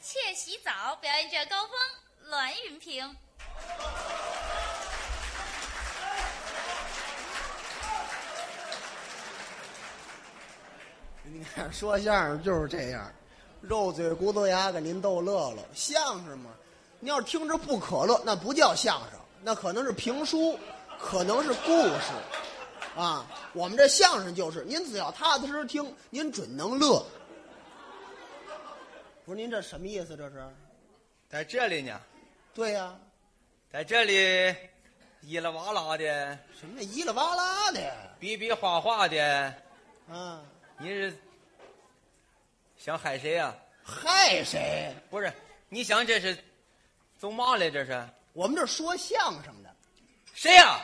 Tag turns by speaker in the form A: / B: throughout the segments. A: 妾洗澡》表演者高峰、栾云平。
B: 你看说相声就是这样，肉嘴骨头牙给您逗乐了。相声嘛，你要是听着不可乐，那不叫相声，那可能是评书，可能是故事，啊，我们这相声就是，您只要踏踏实实听，您准能乐。不是您这什么意思？这是？
C: 在这里呢，
B: 对呀、
C: 在这里，咿啦哇啦的，
B: 什么一啦哇啦的呀？
C: 比比划划的，
B: 啊，
C: 你是想害谁呀、
B: 害谁？
C: 不是，你想这是走嘛嘞？这是
B: 我们这说相声的，
C: 谁呀、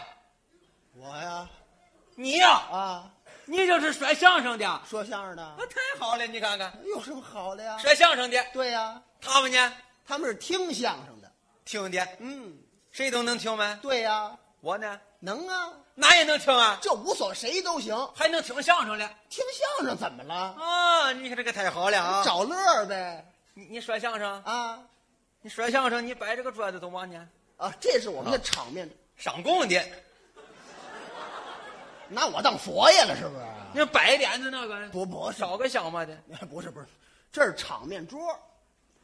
B: 我呀，
C: 你呀、
B: 啊，
C: 你就是说相声的，
B: 说相声的
C: 那太好了！你看看，
B: 有什么好的呀？
C: 说相声的，
B: 对呀、
C: 他们呢，
B: 他们是听相声的。
C: 听的，
B: 嗯，
C: 谁都能听吗？
B: 对呀、
C: 我呢，
B: 能啊，
C: 哪也能听啊，
B: 这无所谁都行。
C: 还能听相声了
B: 听相声怎么了？
C: 啊！你看这个太好了啊！
B: 找乐儿呗。
C: 你你说相声，
B: 啊
C: 你说相声，你摆这个桌子走嘛呢？
B: 啊，这是我们的场面，
C: 上供的，
B: 拿我当佛爷了是不是？
C: 那摆点子那个，
B: 不不是
C: 少个香嘛的。
B: 不是不是，这是场面桌，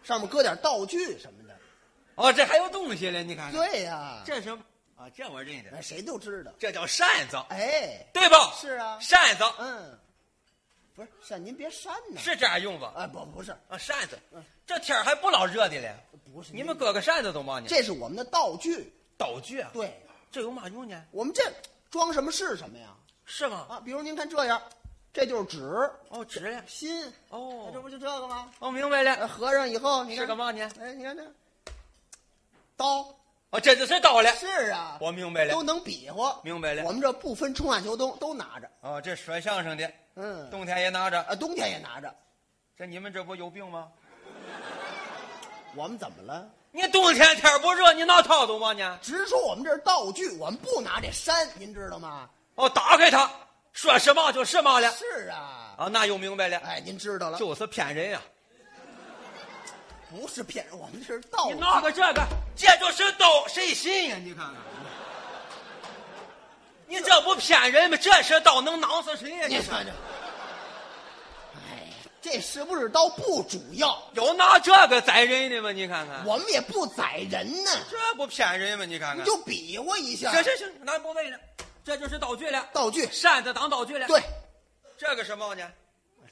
B: 上面搁点道具什么的。
C: 哦，这还有东西嘞，你看看，
B: 对呀、
C: 这什么啊？这我认
B: 哎
C: 得，
B: 谁都知道。
C: 这叫扇子，
B: 哎，
C: 对吧？
B: 是啊
C: 扇子
B: 嗯，不是扇您别扇呐。
C: 是这样用吧？
B: 啊，不不是
C: 啊，扇子，这天儿还不老热的嘞。
B: 不是，
C: 你们搁个扇子走嘛呢？
B: 这是我们的道具。
C: 道具啊，
B: 对，
C: 这有嘛用呢？
B: 我们这装什么是什么呀？
C: 是吗？
B: 啊，比如您看这样，这就是纸、
C: 哦，纸嘞。
B: 心，
C: 哦
B: 这不就这个吗？
C: 哦，明白
B: 呃
C: 了，
B: 合上以后，你看
C: 是个嘛呢？
B: 哎，你看这刀
C: 哦，这就是刀了。
B: 是啊，
C: 我明白了
B: 都。能比划，
C: 明白了
B: 我们这不分春夏秋冬，都拿着，
C: 哦，这说相声的，
B: 嗯，
C: 冬天也拿着。
B: 啊，冬天也拿着。
C: 这你们这不有病吗？
B: 我们怎么了？
C: 你冬天天儿不热，你拿套走嘛呢？
B: 直说我们这是道具，我们不拿这山，您知道吗？
C: 哦，打开它，说什么就是嘛了。
B: 是啊，
C: 啊，那又明白了，
B: 哎，您知道了，
C: 就是骗人呀、
B: 不是骗人，我们这是道
C: 你
B: 具。
C: 拿个这个，这就是刀，谁信呀、你看看，你这不骗人吗？这是刀，能囊死谁呀、
B: 你
C: 你
B: 看这，哎，这是不是刀不主要？
C: 有拿这个宰人的吗？你看看，
B: 我们也不宰人呢，
C: 这不骗人吗？你看
B: 你
C: 看，
B: 就比划一下。
C: 行行行，咱不问了，这就是道具了，
B: 道具，
C: 扇子当道具了。
B: 对，，
C: 这个什么呢？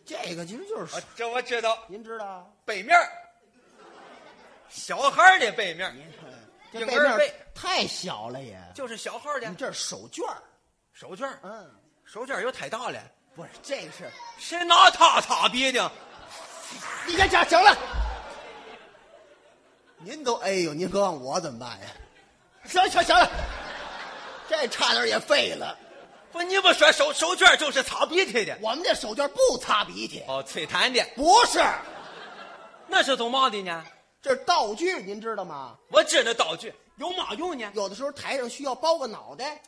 B: 这个其实就是
C: 啊，这我知道，
B: 您知道啊，
C: 背面儿小孩儿的背面儿
B: 您看
C: 婴
B: 这
C: 儿
B: 背面
C: 背
B: 太小了也，
C: 就是小号的
B: 你这是手绢儿
C: 手绢儿，
B: 嗯，
C: 手绢儿有太大了，
B: 不是这是，
C: 谁拿它擦鼻涕？
B: 你看这行了，您都哎呦，您可让我怎么办呀？行行行了，这差点也废了。
C: 不，你不说手手绢儿就是擦鼻涕的？
B: 我们这手绢不擦鼻涕，
C: 哦，吹痰的，
B: 不是，
C: 那是走嘛的呢？
B: 这是道具，您知道吗？
C: 我知道道具有嘛用呢？
B: 有的时候台上需要包个脑袋，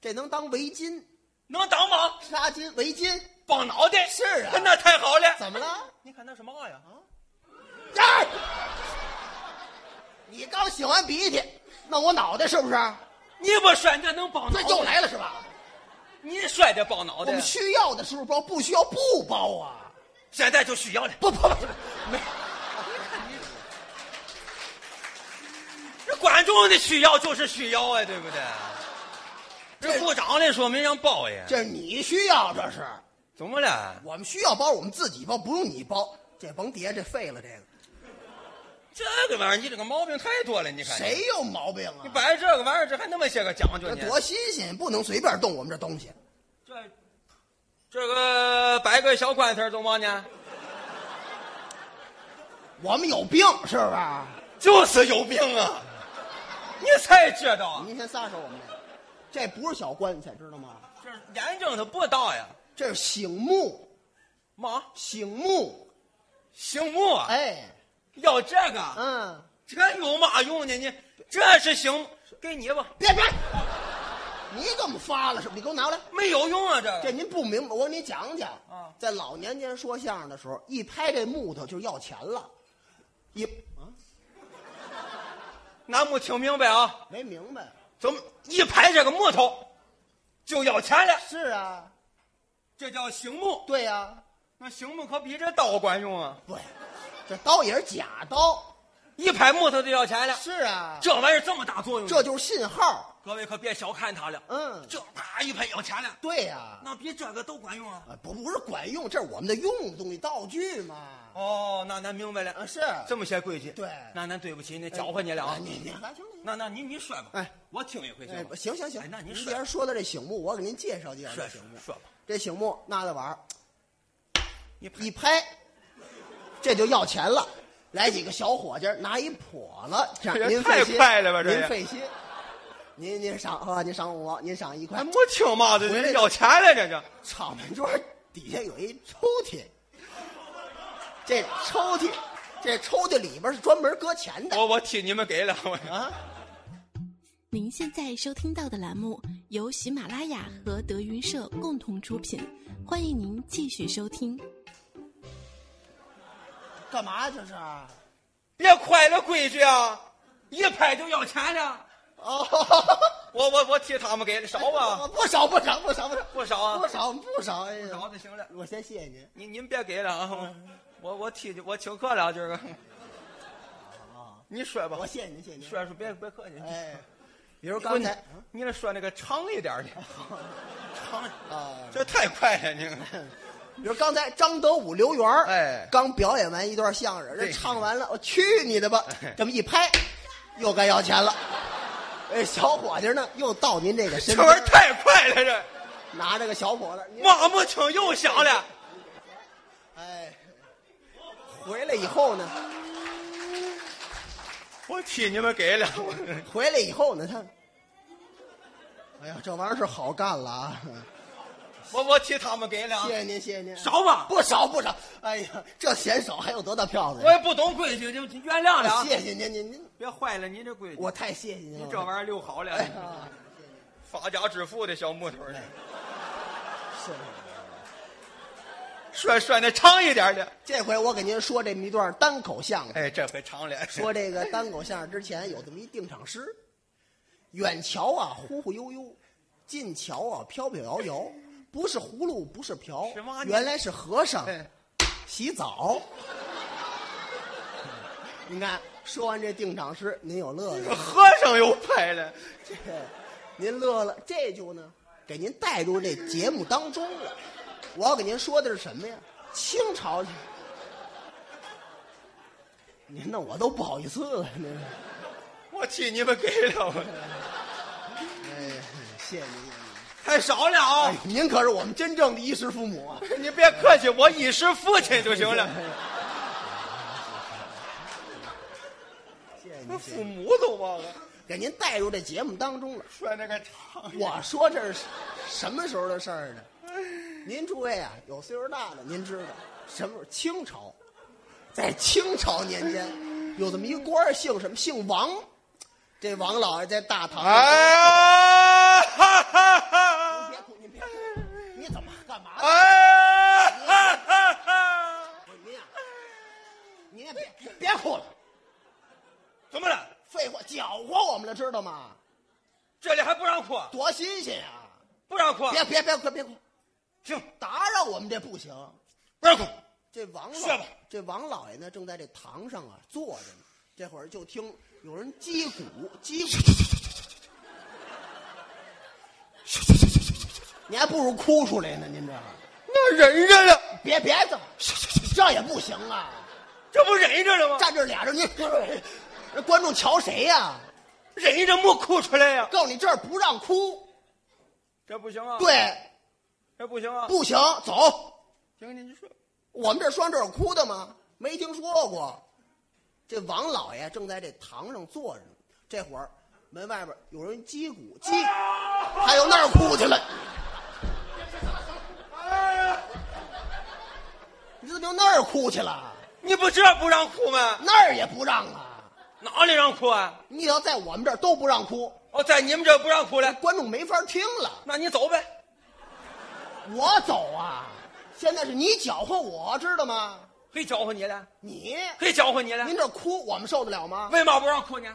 B: 这能当围巾、
C: 能当吗？
B: 纱巾、围巾。
C: 绑脑袋
B: 是啊
C: 那太好了。
B: 怎么啊了？
C: 你看那是嘛呀？
B: 哎，你刚擤完鼻涕，弄我脑袋是不是？
C: 你不说那能绑
B: 这
C: 脑
B: 又
C: 袋？
B: 来了是吧？
C: 你说的绑脑
B: 我
C: 袋啊
B: 们，需要的时候包，不需要不包啊！
C: 现在就需要了。
B: 不不不，没
C: 这观众的需要就是需要啊，对不对？这鼓掌的说明让包呀？
B: 这是你需要，这是
C: 怎么了？
B: 我们需要包，我们自己包，不用你包。这甭叠，这废了这个，
C: 这个玩意儿你这个毛病太多了，你看
B: 谁有毛病
C: 你
B: 啊？
C: 摆这个玩意儿，这还那么些个讲究
B: 这
C: 呢？
B: 多新鲜，不能随便动我们这东西。
C: 这这个摆个小棺材儿怎么呢？
B: 我们有病是不是？
C: 就是有病啊！你才知道啊，
B: 您先撒手，我们这这不是小棺材，知道吗？
C: 这眼睛它不大呀，
B: 这是醒目，
C: 妈，
B: 醒目，
C: 醒目啊！
B: 哎，
C: 要这个，
B: 嗯。
C: 这有嘛用呢？你这是醒，给你吧，
B: 别别，你怎么发了？是不是？你给我拿过来。
C: 没有用啊，这个。
B: 这您不明白，我给你讲讲
C: 啊
B: 在老年间说相声的时候，一拍这木头就要钱了，一啊，
C: 南木听明白啊，
B: 没明白。
C: 怎么一排这个木头就要钱了？
B: 是啊，
C: 这叫醒木。
B: 对呀、
C: 那醒木可比这刀管用啊！
B: 对，这刀也是假刀。
C: 一排木头就要钱了，
B: 是啊，
C: 这玩意儿这么大作用，啊
B: 这就是信号。
C: 各位可别小看它了。
B: 嗯，
C: 这啪一排要钱了，
B: 对呀、
C: 那比这个都管用啊！
B: 啊，不不是管用，这是我们的用东西道具嘛。
C: 哦，那咱明白了，
B: 啊，是
C: 这么些规矩。
B: 对哎
C: 那咱对不起，那搅和你了啊！
B: 你你还行行
C: 那那您您说吧，
B: 哎，
C: 我听一回行吗
B: 哎，？行行行
C: 哎，那
B: 您
C: 您
B: 既
C: 说
B: 然说到这醒木，我给您介绍介绍
C: 说
B: 这
C: 说
B: 醒木。
C: 说吧，
B: 这醒木那的玩意儿，
C: 一拍
B: 一拍，这就要钱了。来几个小伙计儿拿一笸了，这
C: 这
B: 样
C: 也
B: 您费
C: 哎太
B: 心，
C: 快了吧这也
B: 您费心，您您赏啊，您赏五毛，您赏一块
C: 还。哎没听嘛？这
B: 回来
C: 这要钱了，这这
B: 草莓桌底下有一抽屉，这抽屉，这抽屉里边是专门搁钱的
C: 我我替你们给了我。
B: 啊。
D: 您现在收听到的栏目由喜马拉雅和德云社共同出品，欢迎您继续收听。
B: 干嘛呀这是？啊
C: 别快了规矩啊！一拍就要钱了，
B: 哦，
C: 我我我替他们给了 少啊 吧？
B: 不少不少不少不少
C: 不少啊
B: 不少不少哎
C: 少
B: 呀！
C: 就行了。
B: 我先谢谢您。
C: 您您别给了啊！我我替我请客了啊，今儿个。你说吧
B: 我，谢谢您，谢谢您。
C: 说说别别客气。
B: 哎，比如刚才哎
C: 不你你得说那个长一点儿的，长
B: 啊，
C: 这太快了，你
B: 比如刚才张德武、刘源儿
C: 哎
B: 刚表演完一段相声，人
C: 对哎
B: 唱完了，我去你的吧！这么一拍，又该要钱了。哎，小伙计呢，又到您这个身
C: 这
B: 边
C: 玩意儿
B: 儿，
C: 太快了，这
B: 拿着个小伙子，您
C: 妈木听又响了。
B: 哎，回来以后呢，
C: 我替你们给了，我
B: 回来以后呢，他，哎呀，这玩意儿是好干了啊！
C: 我我替他们给了啊
B: 谢，谢您，谢谢您。
C: 少吧？
B: 不少不少，哎呀，这嫌少还有多大票子
C: 我也
B: 呀？
C: 不懂规矩，就原谅了啊。
B: 谢谢您，您您，
C: 别坏了您这规矩。
B: 我太谢谢您
C: 你
B: 了。
C: 这玩意儿溜好了，
B: 哎啊，
C: 发家致富的小木头呢？
B: 哎是是。
C: 说说那长一点的。
B: 这回我给您说这么一段单口相声。
C: 哎，这回长了。
B: 说这个单口相声之前有这么一定场诗：远瞧啊忽忽悠悠，近瞧啊飘飘摇摇，不是葫芦不是瓢
C: 什么，啊你
B: 原来是和尚
C: 哎
B: 洗澡。 您看，说完这定场诗，您有乐
C: 这
B: 了，
C: 和尚又拍了，
B: 您乐了。这就呢，给您带入这节目当中了。我要给您说的是什么呀？清朝。您那我都不好意思了，您。
C: 我替你们给了，我
B: 哎呀，谢谢您。
C: 太少了
B: 哎
C: 啊！，
B: 您可是我们真正的衣食父母啊！
C: 你别客气，我衣食父亲就行 了。
B: 谢谢
C: 那
B: 您，谢谢
C: 父
B: 您
C: 母都忘了，
B: 给您带入这节目当中了。
C: 说那个长。
B: 我说这是什么时候的事儿呢？您诸位啊，有岁数大的，您知道什么时候？清朝，在清朝年间，有这么一官儿，姓什么？姓王。这王老爷在大堂上，
C: 哎呀，哈哈
B: 您
C: 哈！
B: 别哭，您别哭，你怎么干嘛呢？
C: 哎呀，哈哈哈！
B: 我说您呀、您也别别哭了，
C: 怎么了？
B: 废话，搅和我们了，知道吗？
C: 这里还不让哭？啊
B: 多新鲜呀、
C: 不让哭？啊
B: 别别别哭别哭，
C: 停！
B: 打扰我们这不行。
C: 不让哭！
B: 这王
C: 说
B: 老
C: 吧
B: 这王老爷呢，正在这堂上啊坐着呢。这会儿就听有人击鼓，击鼓。你还不如哭出来呢，您这
C: 那忍着了。
B: 别别这么，这也不行啊！
C: 这不忍着了吗？
B: 站这俩人，你这观众瞧谁呀、
C: 忍着没哭出来呀、
B: 告诉你这儿不让哭，
C: 这不行啊！，
B: 对，
C: 这不行啊！
B: 不行，走。
C: 行，您说，
B: 我们这双这有哭的吗？没听说过。这王老爷正在这堂上坐着呢，这会儿门外边有人击鼓，击，还有那儿哭去了。你怎么又那儿哭去了？
C: 你不这不让哭吗？
B: 那儿也不让啊！
C: 哪里让哭啊？
B: 你要在我们这儿都不让哭，
C: 哦，在你们这不让哭了，
B: 观众没法听了。
C: 那你走呗。
B: 我走啊！现在是你搅和我，知道吗？
C: 嘿搅和你了，
B: 你
C: 嘿搅和你了
B: 您，这哭，我们受得了吗？
C: 为嘛不让哭呢？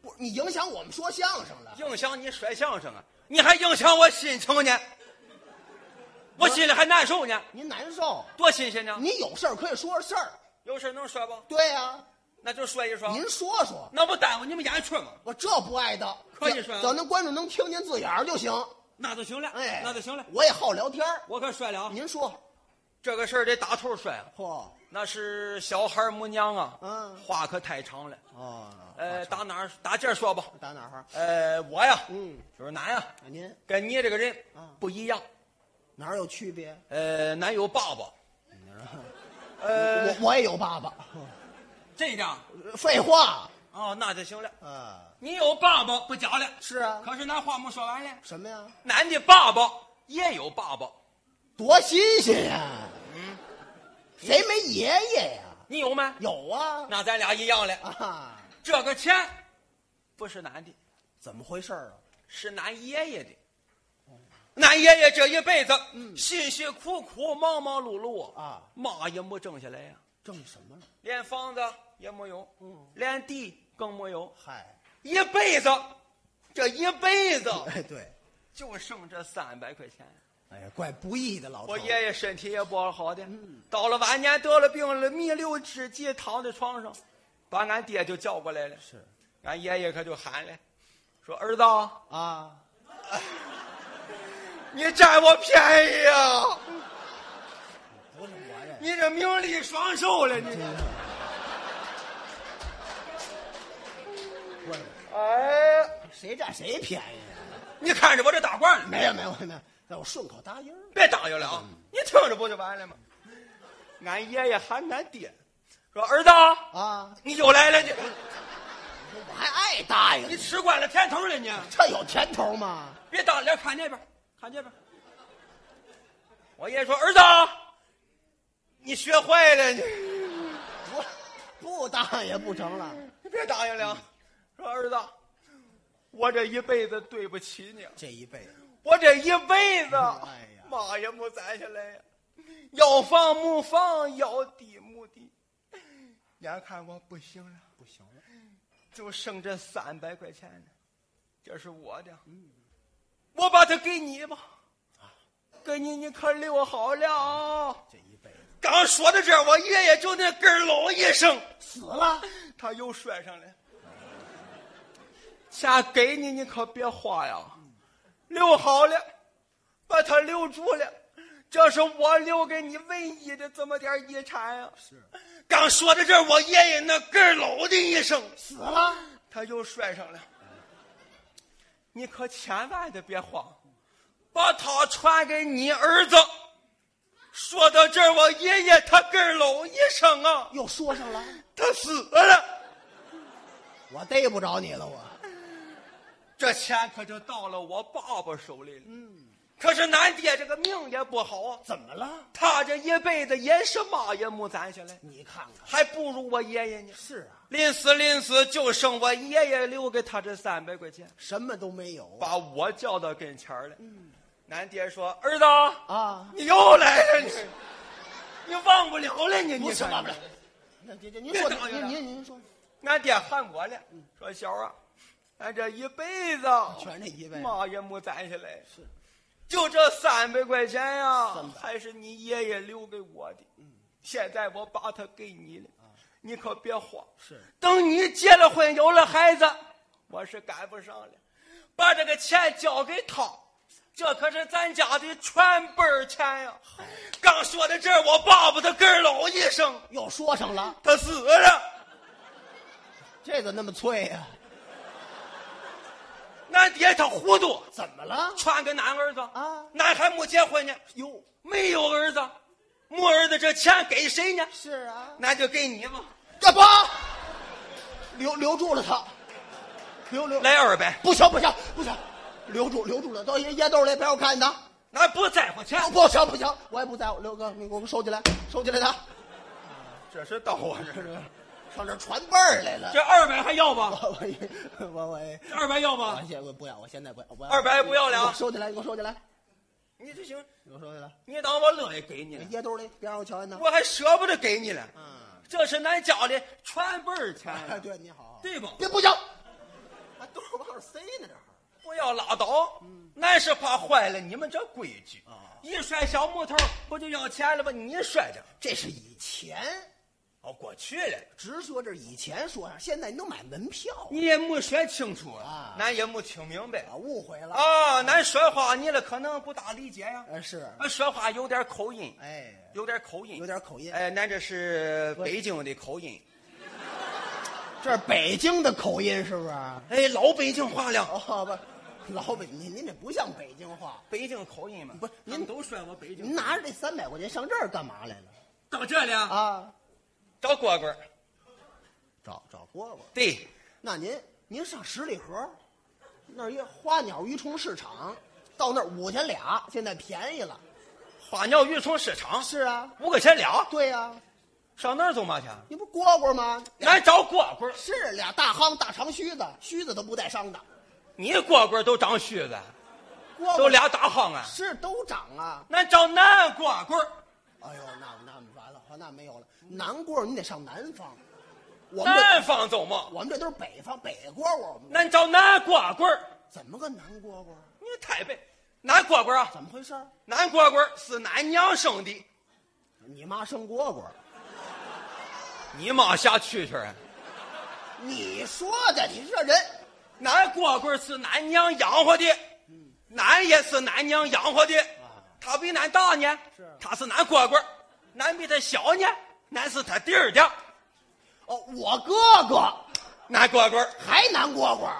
B: 不是，你影响我们说相声了。
C: 影响你甩相声啊，你还影响我心情呢，我心里还难受呢，
B: 您难受，
C: 多新鲜呢！
B: 你有事儿可以说事儿。
C: 有事能说不？
B: 对呀、
C: 那就说一说，
B: 您说说，
C: 那不耽误你们演出吗？
B: 我这不爱的。
C: 可以说啊
B: 只要那观众能听见字眼儿就行。
C: 那就行了，
B: 哎，
C: 那就行了。
B: 我也好聊天儿
C: 我可说了啊，
B: 您说，
C: 这个事儿得打头说啊。
B: 嚯，
C: 那是小孩母娘啊，
B: 嗯
C: 话可太长了。
B: 哦，
C: 呃，打哪儿打这儿说吧。
B: 打哪儿？
C: 呃，我呀，
B: 嗯，
C: 就是男呀，
B: 您
C: 跟你这个人
B: 啊
C: 不一样。
B: 哪儿有区别？
C: 呃，男有爸爸，呃，
B: 我我也有爸爸。
C: 这样
B: 废话
C: 哦，那就行了。
B: 啊，
C: 你有爸爸不假了，
B: 是啊，
C: 呃可是咱话没说完呢，
B: 什么呀？
C: 男的爸爸也有爸爸，
B: 多新鲜呀！
C: 嗯
B: 谁没爷爷呀？
C: 你有吗？
B: 有啊
C: 那咱俩一样了。
B: 啊，
C: 这个钱不是男的，
B: 怎么回事儿啊？
C: 是俺爷爷的。俺爷爷这一辈子，辛辛苦苦、忙忙碌碌
B: 啊，
C: 嘛也没挣下来呀、
B: 挣什么了？
C: 连房子也没有，
B: 嗯
C: 连地更没有，
B: 嗨，
C: 一辈子，这一辈子
B: 哎对，
C: 就剩这三百块钱。
B: 哎呀，怪不易的老头
C: 我
B: 儿。
C: 爷爷身体也不好的，到了晚年得了病了，弥留之际躺在床上，把俺爹就叫过来了。
B: 是
C: 俺爷爷可就喊了，说：“儿子啊，
B: 啊，
C: 你占我便宜啊！
B: 不是我这。
C: 你这名利双收了，你
B: 真是不是
C: 哎，
B: 谁占谁便宜啊？
C: 你看着我这大褂呢，
B: 没有没有没有，那我顺口答应儿。
C: 别当悠了啊！你听着不就完了吗？俺爷爷喊俺爹，说儿子啊，
B: 啊，
C: 你又来了，你
B: 我还爱答应
C: 你，吃惯了甜头了，你
B: 这有甜头吗？
C: 别当了，看那边，看这边。我爷爷说儿子啊，你学坏了，你
B: 不，不答应也不成了。
C: 你别答应了。说儿子，我这一辈子对不起你。
B: 这一辈子，
C: 我这一辈子，
B: 哎呀
C: 妈也没攒下来呀，要房没房，要地没地，眼看我不行了，
B: 不行了，
C: 就剩这三百块钱了，这是我的，
B: 嗯
C: 我把它给你吧，给你你可留好了啊。
B: 这一辈子
C: 刚说到这儿，我爷爷就那咯喽一声，
B: 死了，
C: 他又摔上了。钱给你，你可别花呀，留好了，把它留住了。这是我留给你唯一的这么点儿遗产呀、
B: 是
C: 刚说到这儿，我爷爷那咯喽的一声，
B: 死了，
C: 他又摔上了。你可千万的别慌，把它传给你儿子。说到这儿，我爷爷他咯喽一声啊，
B: 又说上了，
C: 他死了。
B: 我逮不着你了，我
C: 这钱可就到了我爸爸手里了。嗯，可是俺爹这个命也不好啊，
B: 怎么了？
C: 他这一辈子也是嘛也没攒下来，
B: 你看看，
C: 还不如我爷爷呢。
B: 是啊，
C: 临死临死就剩我爷爷留给他这三百块钱，
B: 什么都没有
C: 把我叫到跟前儿来。
B: 嗯
C: 俺爹说：“儿子，
B: 啊，
C: 你又来了，你你忘不了了你，你
B: 不是
C: 看
B: 忘不了。那您您您说
C: 别答应
B: 您
C: 了
B: 您您说，
C: 俺爹喊我了，说小啊，俺这一辈子
B: 嗯全这一辈子，
C: 嘛也没攒下来，是，就这三百块钱呀、
B: 300
C: 还是你爷爷留给我的。
B: 嗯
C: 现在我把它给你了，
B: 啊
C: 你可别慌。
B: 是
C: 等你结了婚，有了孩子，我是赶不上了，把这个钱交给他。这可是咱家的全本儿钱呀、刚说到这儿，我爸爸他咯喽一声，
B: 又说上了，
C: 他死了。
B: 这怎么那么脆呀？
C: 俺爹他糊涂，
B: 怎么了？
C: 传给俺儿子
B: 啊
C: 俺还没结婚呢。
B: 哟，
C: 没有儿子，没儿子，这钱给谁呢？
B: 是啊，
C: 那就给你吧，
B: 干不，留留住了他，留留
C: 来二百，
B: 不行不行不行，留住留住了，到烟烟兜里别让我看见他。
C: 俺不在乎钱，
B: 不行不行，我也不在乎。刘哥，你给我收起来，收起来他，
C: 这是到我这儿，
B: 上这传辈儿来了。
C: 这二百还要吧？
B: 我我我我
C: 二百要吧
B: 我？现在不要，我现在不要，不要
C: 二百不要了啊
B: 收起来，给我收起来。
C: 你这行，
B: 有说的，
C: 你当我乐意给你了，
B: 掖兜里别让我瞧见他。
C: 我还舍不得给你了。
B: 嗯，
C: 这是咱家里传辈儿钱
B: 哎，对你好，
C: 对不？
B: 别不行，啊，兜儿往上塞呢这儿。
C: 不要拉倒，俺是怕坏了你们这规矩
B: 啊。
C: 一摔小木头不就要钱了吗？你摔着，
B: 这是以前，
C: 哦，过去了，
B: 直说这是以前说呀，现在你都买门票
C: 你也没说清楚
B: 啊
C: 俺也没听明白
B: 啊，误会了。
C: 啊。俺说话你了可能不大理解呀，
B: 呃是，
C: 俺说话有点口音，
B: 哎，
C: 有点口音，
B: 有点口音
C: 哎，咱这是北京的口音，
B: 这是北京的口音是不是？啊
C: 哎，老北京话了，
B: 哦不，老北，您您这不像北京话。
C: 北京口音嘛。
B: 不是
C: 您
B: 您
C: 都说我北京，
B: 您拿着这三百块钱上这儿干嘛来了？
C: 到这里啊，
B: 啊，
C: 找蝈蝈。
B: 找找蝈蝈。
C: 对，
B: 那您您上十里河，那儿一花鸟鱼虫市场，到那儿五钱俩，现在便宜了。
C: 花鸟鱼虫市场
B: 是啊，
C: 五块钱俩，
B: 对呀、
C: 上那儿走嘛去？
B: 你不蝈蝈吗？
C: 俺找蝈蝈，
B: 是俩大夯大长须子，须子都不带伤的，
C: 你蝈蝈都长须子，
B: 蝈蝈
C: 都俩大夯啊。
B: 是都长啊。
C: 俺找南蝈蝈，
B: 哎呦，那那完了，那没有了。南蝈儿你得上南方，我们
C: 南
B: 这
C: 方走嘛。
B: 我们这都是北方北蝈蝈，我们
C: 俺找南蝈蝈，
B: 怎么个南蝈蝈？
C: 你太白，南蝈蝈啊，
B: 怎么回事儿？
C: 南蝈蝈是俺娘生的，
B: 你妈生蝈蝈？
C: 你妈瞎蛐蛐啊！
B: 你说的，你这人
C: 俺蝈蝈是俺娘养活的，俺也是俺娘养活的。他比俺大呢，
B: 是
C: 他是俺蝈蝈，俺比他小呢，俺是他弟儿的，
B: 哦，我哥哥
C: 俺蝈蝈。
B: 还南蝈蝈，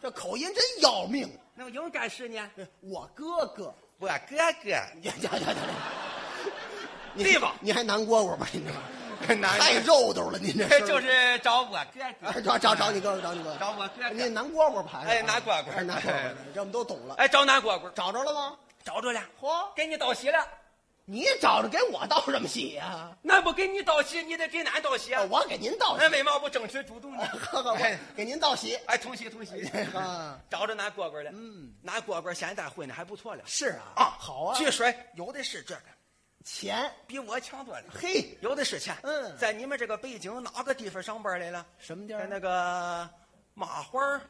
B: 这口音真要命。
C: 那应该是呢，
B: 我哥哥，
C: 我哥哥。
B: 呀呀呀呀！你
C: 对吧
B: 你还南蝈蝈吧？你这
C: 南
B: 太肉兜了，您这
C: 哎
B: 声儿
C: 就是找我哥
B: 哎
C: 哥，
B: 找找找你哥哥，找你哥哥，
C: 找我哥哥
B: 你南蝈蝈牌，
C: 哎南蝈蝈
B: 哎南蝈
C: 哎
B: 蝈，这我们都懂了。
C: 哎，找南蝈蝈，
B: 找着了吗？
C: 找着了，
B: 嚯
C: 给你道喜了。
B: 你找着给我道什么喜呀？
C: 那不给你道喜，你得给俺道喜啊。
B: 哦我给您道喜
C: 那，为嘛不争取主动呢？
B: 呵呵，
C: 哎
B: 我给您道喜。
C: 哎，同喜同喜
B: 啊，
C: 找着南蝈蝈了。嗯，南蝈蝈现在混的还不错了。
B: 是啊
C: 啊，
B: 好啊，
C: 据说有的是这个，
B: 钱，
C: 比我强多了。
B: 嘿，
C: 有的是钱。
B: 嗯
C: 在你们这个北京哪个地方上班来了？
B: 什么地儿啊
C: 在那个麻花儿，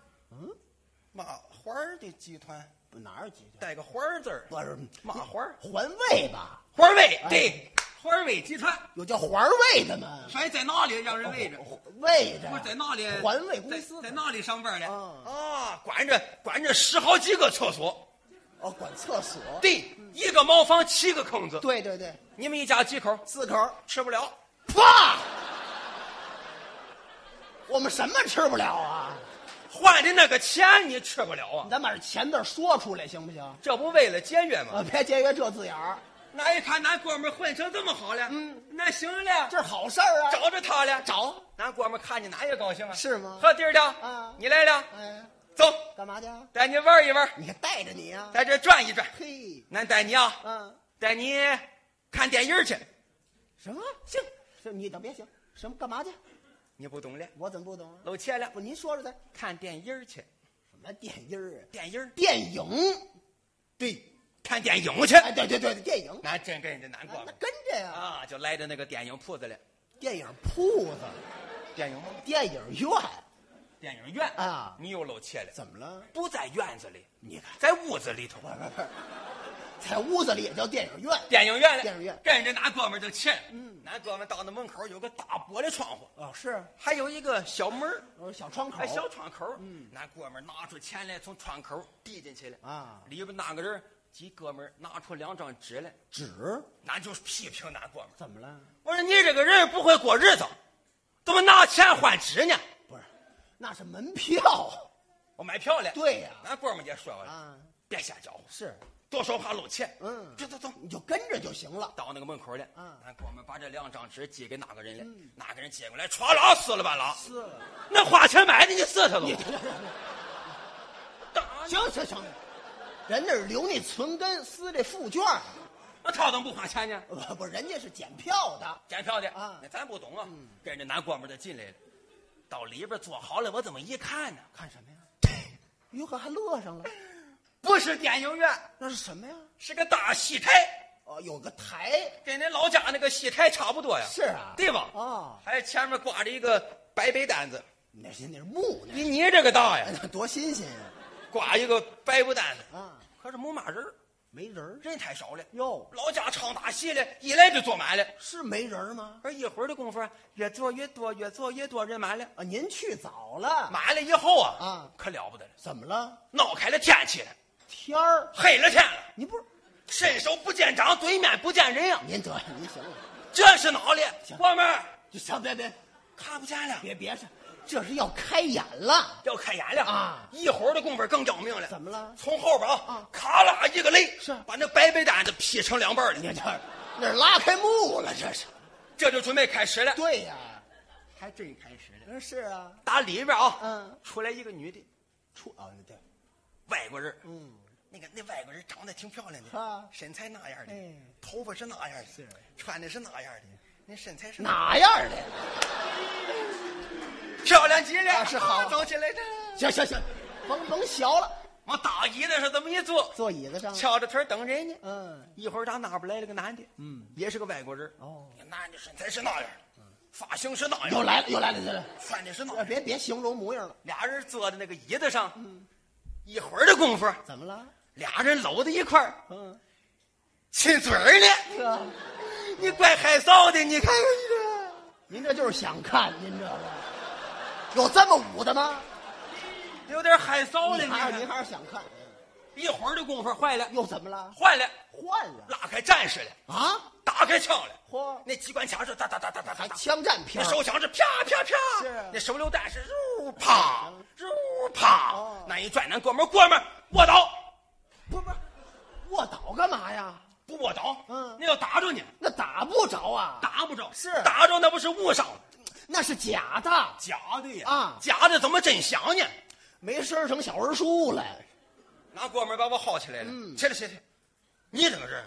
C: 麻花儿的集团
B: 哪有几条？
C: 带个花儿字儿，
B: 不是
C: 麻花儿
B: 环卫吧？
C: 花儿卫
B: 哎
C: 对，花儿卫集团。
B: 有叫环卫的吗？
C: 说在哪里让人喂着？
B: 卫
C: 不是
B: 的，
C: 在哪里？
B: 哦环卫公司
C: 在在哪里上班的？
B: 啊
C: 啊，管着管着十好几个厕所，
B: 哦，管厕所。
C: 对，一个茅房七个坑子。
B: 嗯对对对，
C: 你们一家几口？
B: 四口，
C: 吃不了，
B: 爸， 我们什么吃不了啊？
C: 换的那个钱你吃不了啊！
B: 咱把这钱字说出来行不行？
C: 这不为了节约吗？
B: 啊，别节约这字眼儿，
C: 那一看咱哥们儿混成这么好了，嗯，那行了，
B: 这是好事儿啊。
C: 找着他了，
B: 找，
C: 咱哥们儿看见哪也高兴啊，
B: 是吗
C: 呵，弟儿的，
B: 啊
C: 你来了，
B: 哎，
C: 走，
B: 干嘛去啊？
C: 带你玩一玩，
B: 你还带着你啊？
C: 在这转一转，
B: 嘿，
C: 俺带你啊，
B: 啊，
C: 带你看电影去，
B: 什么？行，是你等别行，什么干嘛去？
C: 你不懂了，
B: 我怎么不懂啊？
C: 搂钱了，
B: 不，您说说咱
C: 看电影去，
B: 什么电音儿啊？
C: 电影，
B: 电影，
C: 对，看电影去，
B: 哎，对对对，电影，哎
C: 俺真跟人家男哥
B: 那
C: 们
B: 那
C: 儿
B: 跟着呀，
C: 啊，就来到那个电影铺子了，
B: 电影铺子，
C: 电影吗？
B: 电影院，
C: 电影院
B: 啊
C: 你又露怯了，
B: 怎么了？
C: 不在院子里，
B: 你看，
C: 在屋子里头。
B: 不是不是，在屋子里也叫电影院，
C: 电影院了，
B: 电影院
C: 跟着那哥们儿就去了。嗯，那哥们儿到那门口有个大玻璃窗户，
B: 哦，是，
C: 还有一个小门儿，
B: 呃小窗口
C: 哎，，小窗口。嗯，那哥们儿拿出钱来，从窗口递进去了。
B: 啊
C: 里边那个人几哥们儿拿出两张纸来，
B: 纸，
C: 俺就批评那哥们儿。
B: 怎么了？
C: 我说你这个人不会过日子，怎么拿钱换纸呢？
B: 不是，那是门票，
C: 我买票了。
B: 对呀
C: 俺哥们儿也说我了，
B: 啊，
C: 别瞎搅和，
B: 是，
C: 多说话露怯。
B: 嗯
C: 走走走。
B: 你就跟着就行了。
C: 到那个门口了，
B: 啊
C: 俺哥们儿把这两张纸寄给哪个人了？哪个人接过来，歘啦撕了半拉，
B: 嗯撕了，
C: 那花钱买的，你撕他都
B: 你。 行行行，人家是留那存根，撕这副券儿，呃
C: 那他怎么不花钱呢？
B: 不不，人家是检票的。
C: 检票的
B: 啊
C: 那咱不懂啊。跟着男哥们儿就进来了，到里边坐好了，我这么一看呢，
B: 看什么呀？于和还乐上了，
C: 不不是电影院，
B: 那是什么呀？
C: 是个大戏台，
B: 哦，有个台。
C: 跟恁老家那个戏台差不多呀。
B: 是啊
C: 对吧？
B: 啊
C: 还前面挂着一个白被单子，
B: 那是那是木呢，
C: 比你这个大呀
B: 哎，，那多新鲜呀！
C: 挂一个白布单子，
B: 啊，
C: 可是没嘛人儿，
B: 没人儿
C: 人太少了。
B: 哟，
C: 老家唱大戏了，一来就坐满了，
B: 是没人儿吗？
C: 而一会儿的功夫啊，越坐越多，越坐越多，人满了，
B: 啊，您去早了，
C: 满了以后啊，
B: 啊
C: 可了不得了，
B: 怎么了？
C: 闹开了天气了，
B: 天儿，
C: 黑了天了，
B: 你不是
C: 伸手不见掌，对面不见人呀，
B: 您得了，您行了，
C: 这是哪里？
B: 行
C: 哥们儿
B: 就行，别别
C: 看不见了，
B: 别别是，这是要开眼了，
C: 要开眼了
B: 啊
C: 一会儿的功夫更要命了，
B: 怎么了
C: 从后边啊
B: 啊，
C: 咔啦一个雷，
B: 是
C: 把那白被单子劈成两半了。
B: 你这儿那是拉开幕了，这是。
C: 这就准备开始了。
B: 对呀、
C: 还真开始了。
B: 是啊，
C: 打里边啊，
B: 嗯，
C: 出来一个女的，
B: 出啊，对，
C: 外国人，
B: 嗯，
C: 那个那外国人长得挺漂亮的，
B: 啊
C: 身材那样的，
B: 哎
C: 头发是那样的，穿的是那样的，那身材是
B: 哪样的？
C: 漂亮极了，
B: 啊是好
C: 啊走起来的。
B: 行行行，甭甭学了，
C: 往大椅子上这么一坐，
B: 坐椅子上。
C: 翘着腿儿等人呢。
B: 嗯，
C: 一会儿打那边来了个男的，嗯，也是个外国人，
B: 哦，
C: 那男的身材是那样的，发型是那
B: 又
C: 样的，
B: 来了，又来了，又来了！
C: 穿的是 那
B: 呃
C: 样的。
B: 别嗯别形容模样了，
C: 俩人坐在那个椅子上，一会儿的功夫，
B: 怎么了？
C: 俩人搂在一块儿，
B: 嗯，
C: 亲嘴儿呢。
B: 是啊，
C: 你怪害臊的，你看看
B: 您这就是想看，您这个有这么舞的吗？
C: 你这，有点害臊了。
B: 您
C: 你
B: 还是
C: 看
B: 您还是想看，
C: 一会儿的功夫坏了，
B: 嗯又怎么了？
C: 坏了，
B: 换了
C: 拉开战士了，
B: 啊？
C: 打开枪了，
B: 嚯，
C: 那机关枪是哒哒哒哒哒
B: 还
C: 哒，
B: 枪战片
C: 那
B: 儿？
C: 手枪是啪啪啪
B: 是啊，
C: 那手榴弹是入啪入啪
B: 哦，
C: 那一拽，那哥们儿哥们儿卧倒，
B: 不是不是，卧倒干嘛呀？
C: 不卧倒，
B: 嗯
C: 那要打着你，
B: 那打不着啊，
C: 打不着，
B: 是
C: 打着那不是误伤了，
B: 那是假的，
C: 假的呀，
B: 啊
C: 假的怎么真响呢？
B: 没声儿成小人书了。
C: 那哥们儿把我薅起来了，
B: 嗯
C: 起来起来，起来你这个人，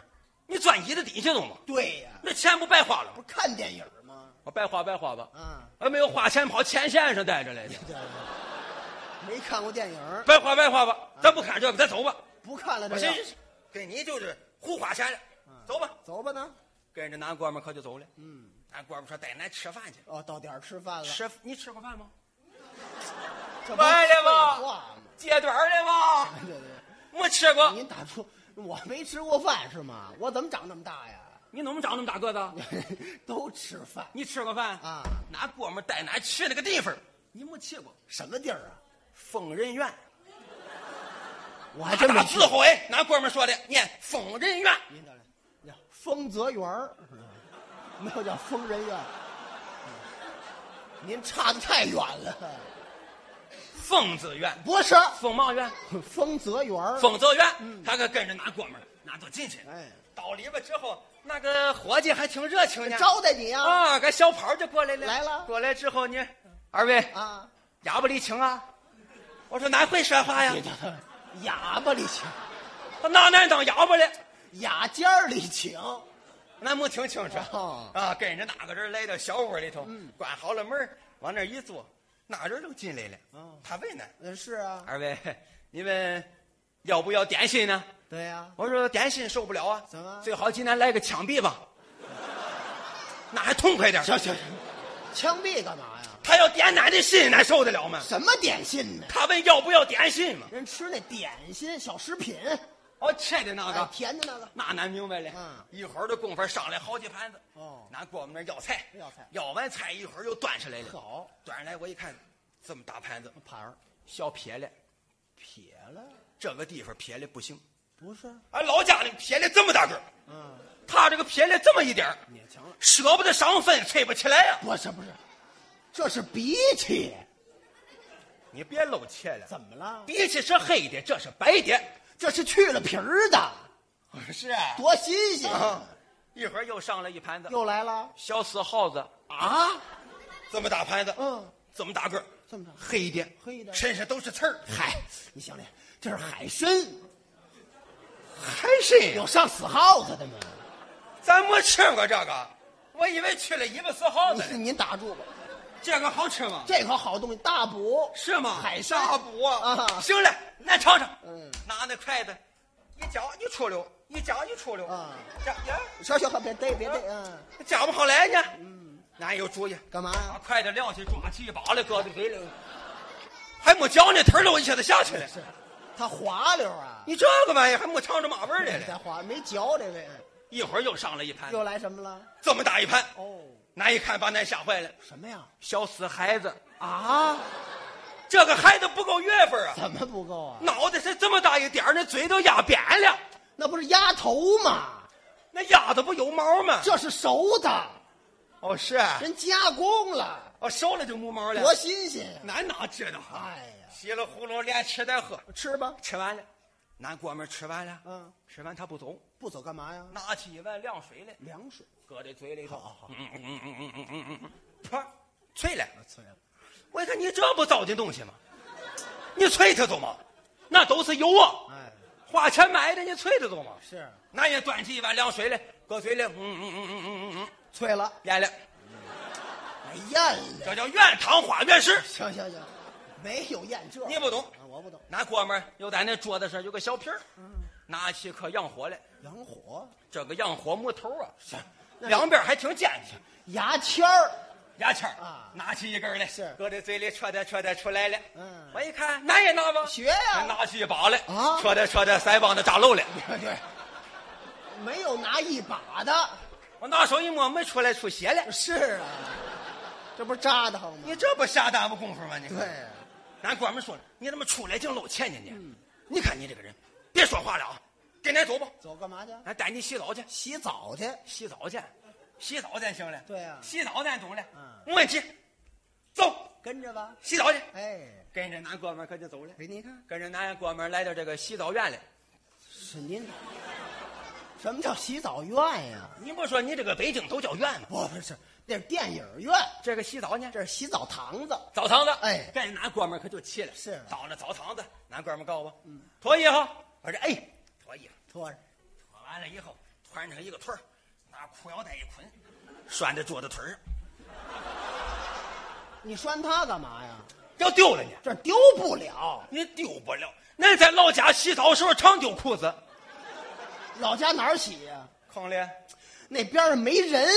C: 你钻椅子底下弄吗？
B: 对呀、
C: 那钱不白花了
B: 不
C: 吗？
B: 是看电影吗？
C: 我白花白花吧，
B: 啊，
C: 还没有花钱跑前线上待着来的，
B: 对，没看过电影，
C: 白花白花吧，
B: 嗯
C: 咱不看这个，咱走吧。
B: 不看了
C: 我
B: 这
C: 寻
B: 个，
C: 思，跟你就是胡花钱了，
B: 嗯
C: 走吧。
B: 走吧呢。
C: 跟着那哥们儿可就走了。
B: 嗯，
C: 俺哥们儿说带咱吃饭去，
B: 哦，到点儿吃饭了，
C: 吃你吃过饭吗？
B: 这不
C: 饭了吗
B: 废话吗？
C: 接短儿了吗？
B: 对对，
C: 没吃过。
B: 您打出我没吃过饭是吗？我怎么长那么大呀？
C: 你怎么长那么大个子？
B: 都吃饭
C: 你吃过饭
B: 啊？
C: 俺哥们儿带俺去那个地方，你没去过
B: 什么地儿啊？
C: 疯人院。
B: 我还
C: 俺
B: 真没
C: 大
B: 去
C: 智
B: 过。
C: 慧，俺哥们儿说的，念疯人院。
B: 您等着，叫丰泽园儿，是吧没有叫疯人院。您差的太远了，
C: 疯子院、
B: 不是
C: 疯帽院、
B: 丰泽园儿。
C: 疯子院，他可跟着俺哥们儿，俺就进去。
B: 哎，
C: 到里边之后，那个伙计还挺热情呢，
B: 招待你呀、
C: 啊，个小跑就哎过来了。
B: 来了
C: 过来之后呢，二位
B: 啊！
C: 哑巴里请啊。我说哪会说话呀？
B: 哑巴里请，
C: 他拿俺当哑巴了，
B: 雅间儿里请，
C: 俺没听清楚
B: 哦嗯
C: 啊。跟着那个人来到小屋里头，关好了门儿往那儿一坐，那人都进来了
B: 哦。
C: 他问呢，
B: 嗯，是啊，
C: 二位， 你们要不要点心呢？
B: 对呀、
C: 我说点心受不了啊，
B: 怎么
C: 最好今天来个枪毙 吧，那还痛快点儿。
B: 行行行，枪毙干嘛呀？
C: 他要点俺的心，咱受得了吗？
B: 什么点心呢？
C: 他问要不要点心嘛？
B: 人吃那点心小食品，
C: 哦，切的那
B: 哎，甜的那个，
C: 那俺明白了。
B: 嗯
C: 一会儿的功夫上来好几盘子。
B: 哦
C: 俺哥们那儿要菜，
B: 要菜
C: 要完菜一会儿又端上来了。
B: 好，
C: 端上来我一看，这么大盘子，
B: 盘儿
C: 小撇了，
B: 撇了，
C: 这个地方撇了不行。
B: 不是？
C: 俺老家那个撇了这么大个儿，
B: 嗯，
C: 他这个撇了这么一点儿，
B: 勉强了。
C: 舍不得上分，吹不起来呀、
B: 不是不是，这是鼻涕，
C: 你别露怯了，
B: 怎么了？
C: 鼻涕是黑的，这是白的。
B: 这是去了皮儿的，
C: 是啊，
B: 多新鲜！
C: 啊一会儿又上来一盘子，
B: 又来了
C: 小死耗子，
B: 啊！
C: 这么大盘子，
B: 嗯，
C: 这么大个儿，
B: 这么大
C: 黑的，
B: 黑的
C: 身上都是刺儿，
B: 嗨，你想想，这是海参，
C: 还是
B: 有上死耗子的吗？
C: 咱没吃过这个，我以为去了尾巴死耗子
B: 您您打住吧，
C: 这个好吃吗？
B: 这可好东西，大补。
C: 是吗？
B: 海参
C: 大补啊！
B: 啊
C: 行嘞，俺尝尝。
B: 嗯
C: 拿那筷子一夹一出溜，一夹一出溜。
B: 啊
C: 夹呀，
B: 小小，别逮，别逮啊！
C: 夹不上来呢。嗯，俺有主意，
B: 干嘛
C: 把
B: 呀？
C: 筷子撂下，抓起一把来搁在嘴里，还没嚼呢，腿儿都一下子下去了。
B: 它滑溜啊！
C: 你这个玩意儿还没尝着嘛味儿来
B: 在
C: 了。
B: 滑，没嚼这位
C: 一会儿嗯又上了一盘，
B: 又来什么了？
C: 这么大一盘，
B: 哦，
C: 俺一看把俺吓坏了。
B: 什么呀？
C: 小死孩子，
B: 啊？
C: 这个孩子不够月份啊，
B: 怎么不够啊？
C: 脑袋才这么大一点儿，那嘴都压扁了。
B: 那不是鸭头吗？
C: 那鸭子不有毛吗？
B: 这是熟的，
C: 哦是啊
B: 人加工了，
C: 哦收了就没毛了。
B: 多新鲜呀！
C: 俺哪知道啊？
B: 哎呀，
C: 稀里糊涂连吃带喝，
B: 吃吧。
C: 吃完了，俺哥们儿吃完了，
B: 嗯，
C: 吃完他不走，
B: 不走干嘛呀？
C: 拿起一碗凉水来，
B: 凉水。
C: 搁在嘴里头，
B: 好好好，
C: 嗯嗯嗯嗯嗯嗯嗯，啪，脆了。
B: 崔了。
C: 我一看你这不糟践东西吗？你脆它走吗？那都是油啊，
B: 哎，
C: 花钱买的，你脆它走吗？
B: 是
C: 俺也端起一碗凉水来，搁嘴里，嗯嗯嗯嗯嗯嗯嗯，
B: 脆了，
C: 咽了，
B: 哎咽了。
C: 这叫愿堂花愿食。
B: 行行行，没有咽这，
C: 你不懂
B: 啊，我不懂。
C: 俺哥们儿又在那桌子上有个小瓶儿，拿起一颗洋火来，
B: 洋火，
C: 这个洋火木头啊，两边还挺尖的，
B: 牙签 儿，
C: 牙签儿
B: 啊
C: 拿起一根儿来，
B: 是
C: 搁这嘴里戳的戳的出来了。
B: 嗯
C: 我一看，俺也拿吧，
B: 学呀
C: 俺拿起一把来，
B: 啊
C: 戳的戳的腮帮子扎漏了。
B: 没有拿一把的。
C: 我拿手一摸，没出来出血了。
B: 是啊，这不是扎的好吗？
C: 你这不瞎耽误功夫吗？你看
B: 对，啊
C: 俺哥们儿说了，你怎么出来净露欠呢你？你看你这个人，别说话了啊，跟咱走吧，
B: 走干嘛去？
C: 俺带你洗澡去。
B: 洗澡去。
C: 洗澡去，洗澡咱行了。
B: 对呀
C: 洗澡咱懂了，
B: 嗯
C: 没问题。走，
B: 跟着吧。
C: 洗澡去。
B: 哎，
C: 跟着俺哥们儿可就走了，
B: 给你看，
C: 跟着俺哥们儿来到这个洗澡院了。
B: 是您。什么叫洗澡院呀？
C: 你不说你这个北京都叫院吗？
B: 不不是，那是电影院，
C: 这个洗澡呢，
B: 这是洗澡堂子。
C: 澡堂子。
B: 哎
C: 跟着俺哥们儿可就去了。
B: 是
C: 到了澡堂子，俺哥们儿告诉我，脱衣服。我说哎，脱衣服。
B: 脱着，
C: 脱完了以后，穿上一个腿儿，拿裤腰带一捆，拴在桌子腿儿上，
B: 你拴它干嘛呀？
C: 要丢了你。
B: 这丢不了。
C: 你丢不了，那在老家洗澡时候常丢裤子。
B: 老家哪儿洗呀、
C: 坑里。
B: 那边儿没人。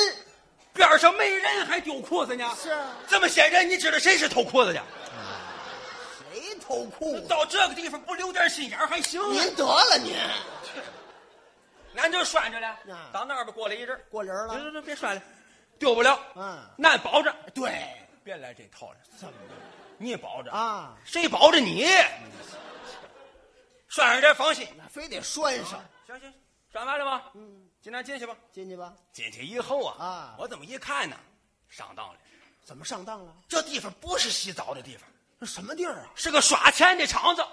C: 边上没人还丢裤子呢。
B: 是啊
C: 这么些人，你知道谁是偷裤子的？
B: 谁偷裤子？
C: 到这个地方不留点心眼儿还行啊。
B: 您得了您，
C: 俺就拴着了
B: 啊，
C: 到那边过了一阵儿，
B: 过人
C: 别
B: 了。
C: 别别别拴了，丢不了。
B: 嗯
C: 俺保着，
B: 对，
C: 别来这套了，
B: 怎么着
C: 你保着，
B: 啊？嗯
C: 谁保着你？拴上点放心。
B: 那非得拴上，
C: 行行，拴完了吧？嗯，今天进去吧。
B: 进去吧。
C: 进去以后啊，
B: 啊
C: 我怎么一看呢，上当了。
B: 怎么上当了？啊
C: 这地方不是洗澡的地方，
B: 这什么地儿啊？
C: 是个耍钱的场子，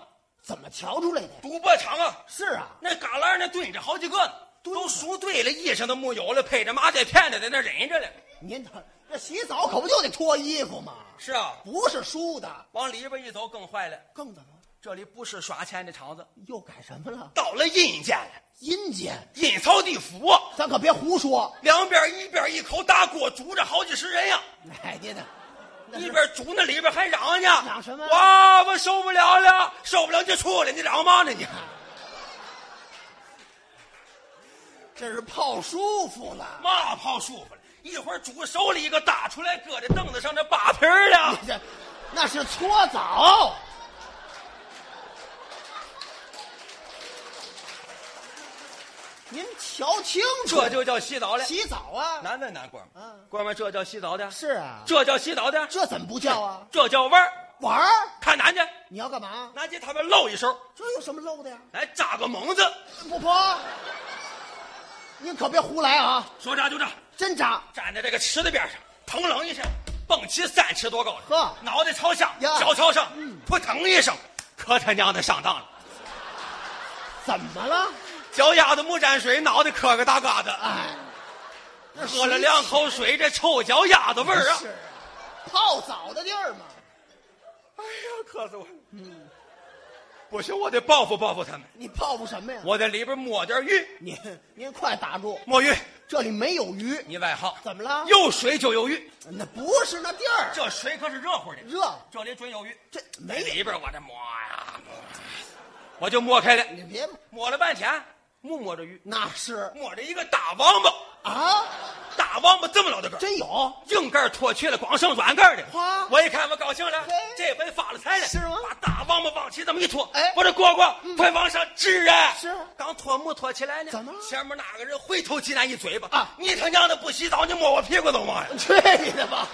B: 怎么瞧出来的？
C: 赌博场啊。
B: 是啊，
C: 那旮旯那蹲着好几个呢，都赎对了，衣裳都没有了，配着麻袋片子在那忍着了。
B: 您这这洗澡可不就得脱衣服吗？
C: 是啊，
B: 不是输的，
C: 往里边一走更坏了，
B: 更怎么
C: 这里不是耍钱的场子，
B: 又改什么了？
C: 到了阴间了，
B: 阴间，
C: 阴曹地府啊！
B: 咱可别胡说。
C: 两边一边一口大锅煮着好几十人呀、啊
B: 哎，您的，那是
C: 一边煮那里边还嚷呢，
B: 嚷什么
C: 哇，我受不了了，受不了就出来，你嚷嘛呢你？
B: 这是泡舒服了。
C: 嘛泡舒服了，一会儿煮熟了一个大出来，搁在凳子上这扒皮儿了。
B: 这那是搓澡。您瞧清楚，
C: 这就叫洗澡了。
B: 洗澡啊？
C: 难问难官们
B: 嗯，
C: 官们这叫洗澡的，
B: 是啊，
C: 这叫洗澡的，
B: 这怎么不叫啊？
C: 这叫玩儿。
B: 玩儿？
C: 看男的，
B: 你要干嘛？
C: 拿起他们露一手，
B: 这有什么漏的呀？
C: 来扎个猛子，
B: 婆婆，您可别胡来啊！
C: 说扎就扎，
B: 真扎，
C: 站在这个池子边上，腾楞一下，蹦起三尺多高来，
B: 呵
C: 脑袋朝下，
B: 呀嗯
C: 脚朝上，扑腾一声，可他娘的上当了，
B: 怎么了？
C: 脚丫子没沾水，脑袋磕个大疙瘩，
B: 哎，那
C: 喝了两口水，这臭脚丫子味儿啊！
B: 是啊，泡澡的地儿嘛。
C: 哎呀，渴死我了！不行，我得报复报复他们，
B: 你泡泡什么呀？
C: 我在里边摸点鱼，
B: 您您快打住！
C: 摸鱼，
B: 这里没有鱼。
C: 你外号
B: 怎么了
C: 有水就有鱼，
B: 那不是那地儿，
C: 这水可是热乎的，
B: 热
C: 这里准有鱼。
B: 这
C: 在
B: 没
C: 里边我这摸呀，摸呀啊我就摸开了，
B: 你别
C: 摸了半天，没摸着鱼，
B: 那是
C: 摸着一个大王八，
B: 啊，
C: 大王八这么老的个儿，
B: 真有
C: 哦 硬盖脱去了，光剩软盖的。
B: 哗
C: 我一看我高兴了
B: 嘿，
C: 这回发了财了，
B: 是吗
C: 把大王八往起这么一拖，
B: 哎
C: 我这蝈蝈快往上支啊！
B: 是
C: 刚拖没拖起来呢，
B: 怎么了
C: 前面那个人回头进来一嘴巴
B: 啊
C: 你他娘的不洗澡，你摸我屁股干嘛呀？
B: 去你的吧！